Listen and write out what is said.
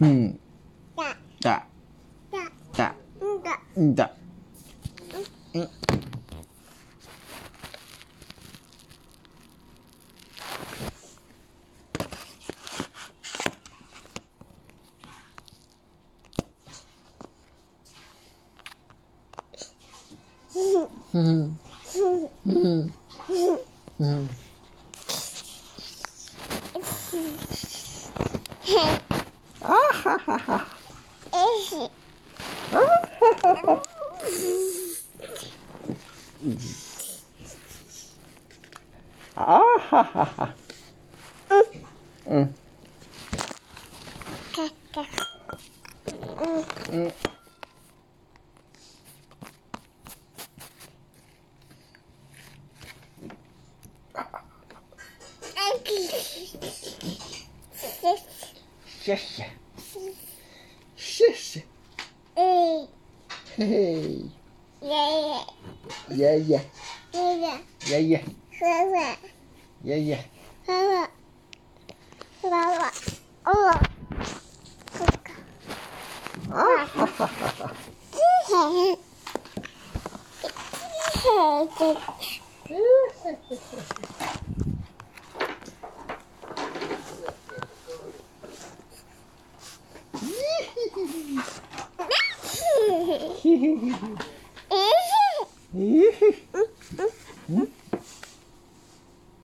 うんうんだだだだうんだんだうんうんうんへっ Ah, あはははえしあはははうんかかうんあきせ谢谢谢谢 えい嘿嘿やいや爷や爷いや爷爷ふわふわ爷爷ふわふわふわふわおおそっかあははははつへへつへへつなっ嘿嘿嘿えい嘿嘿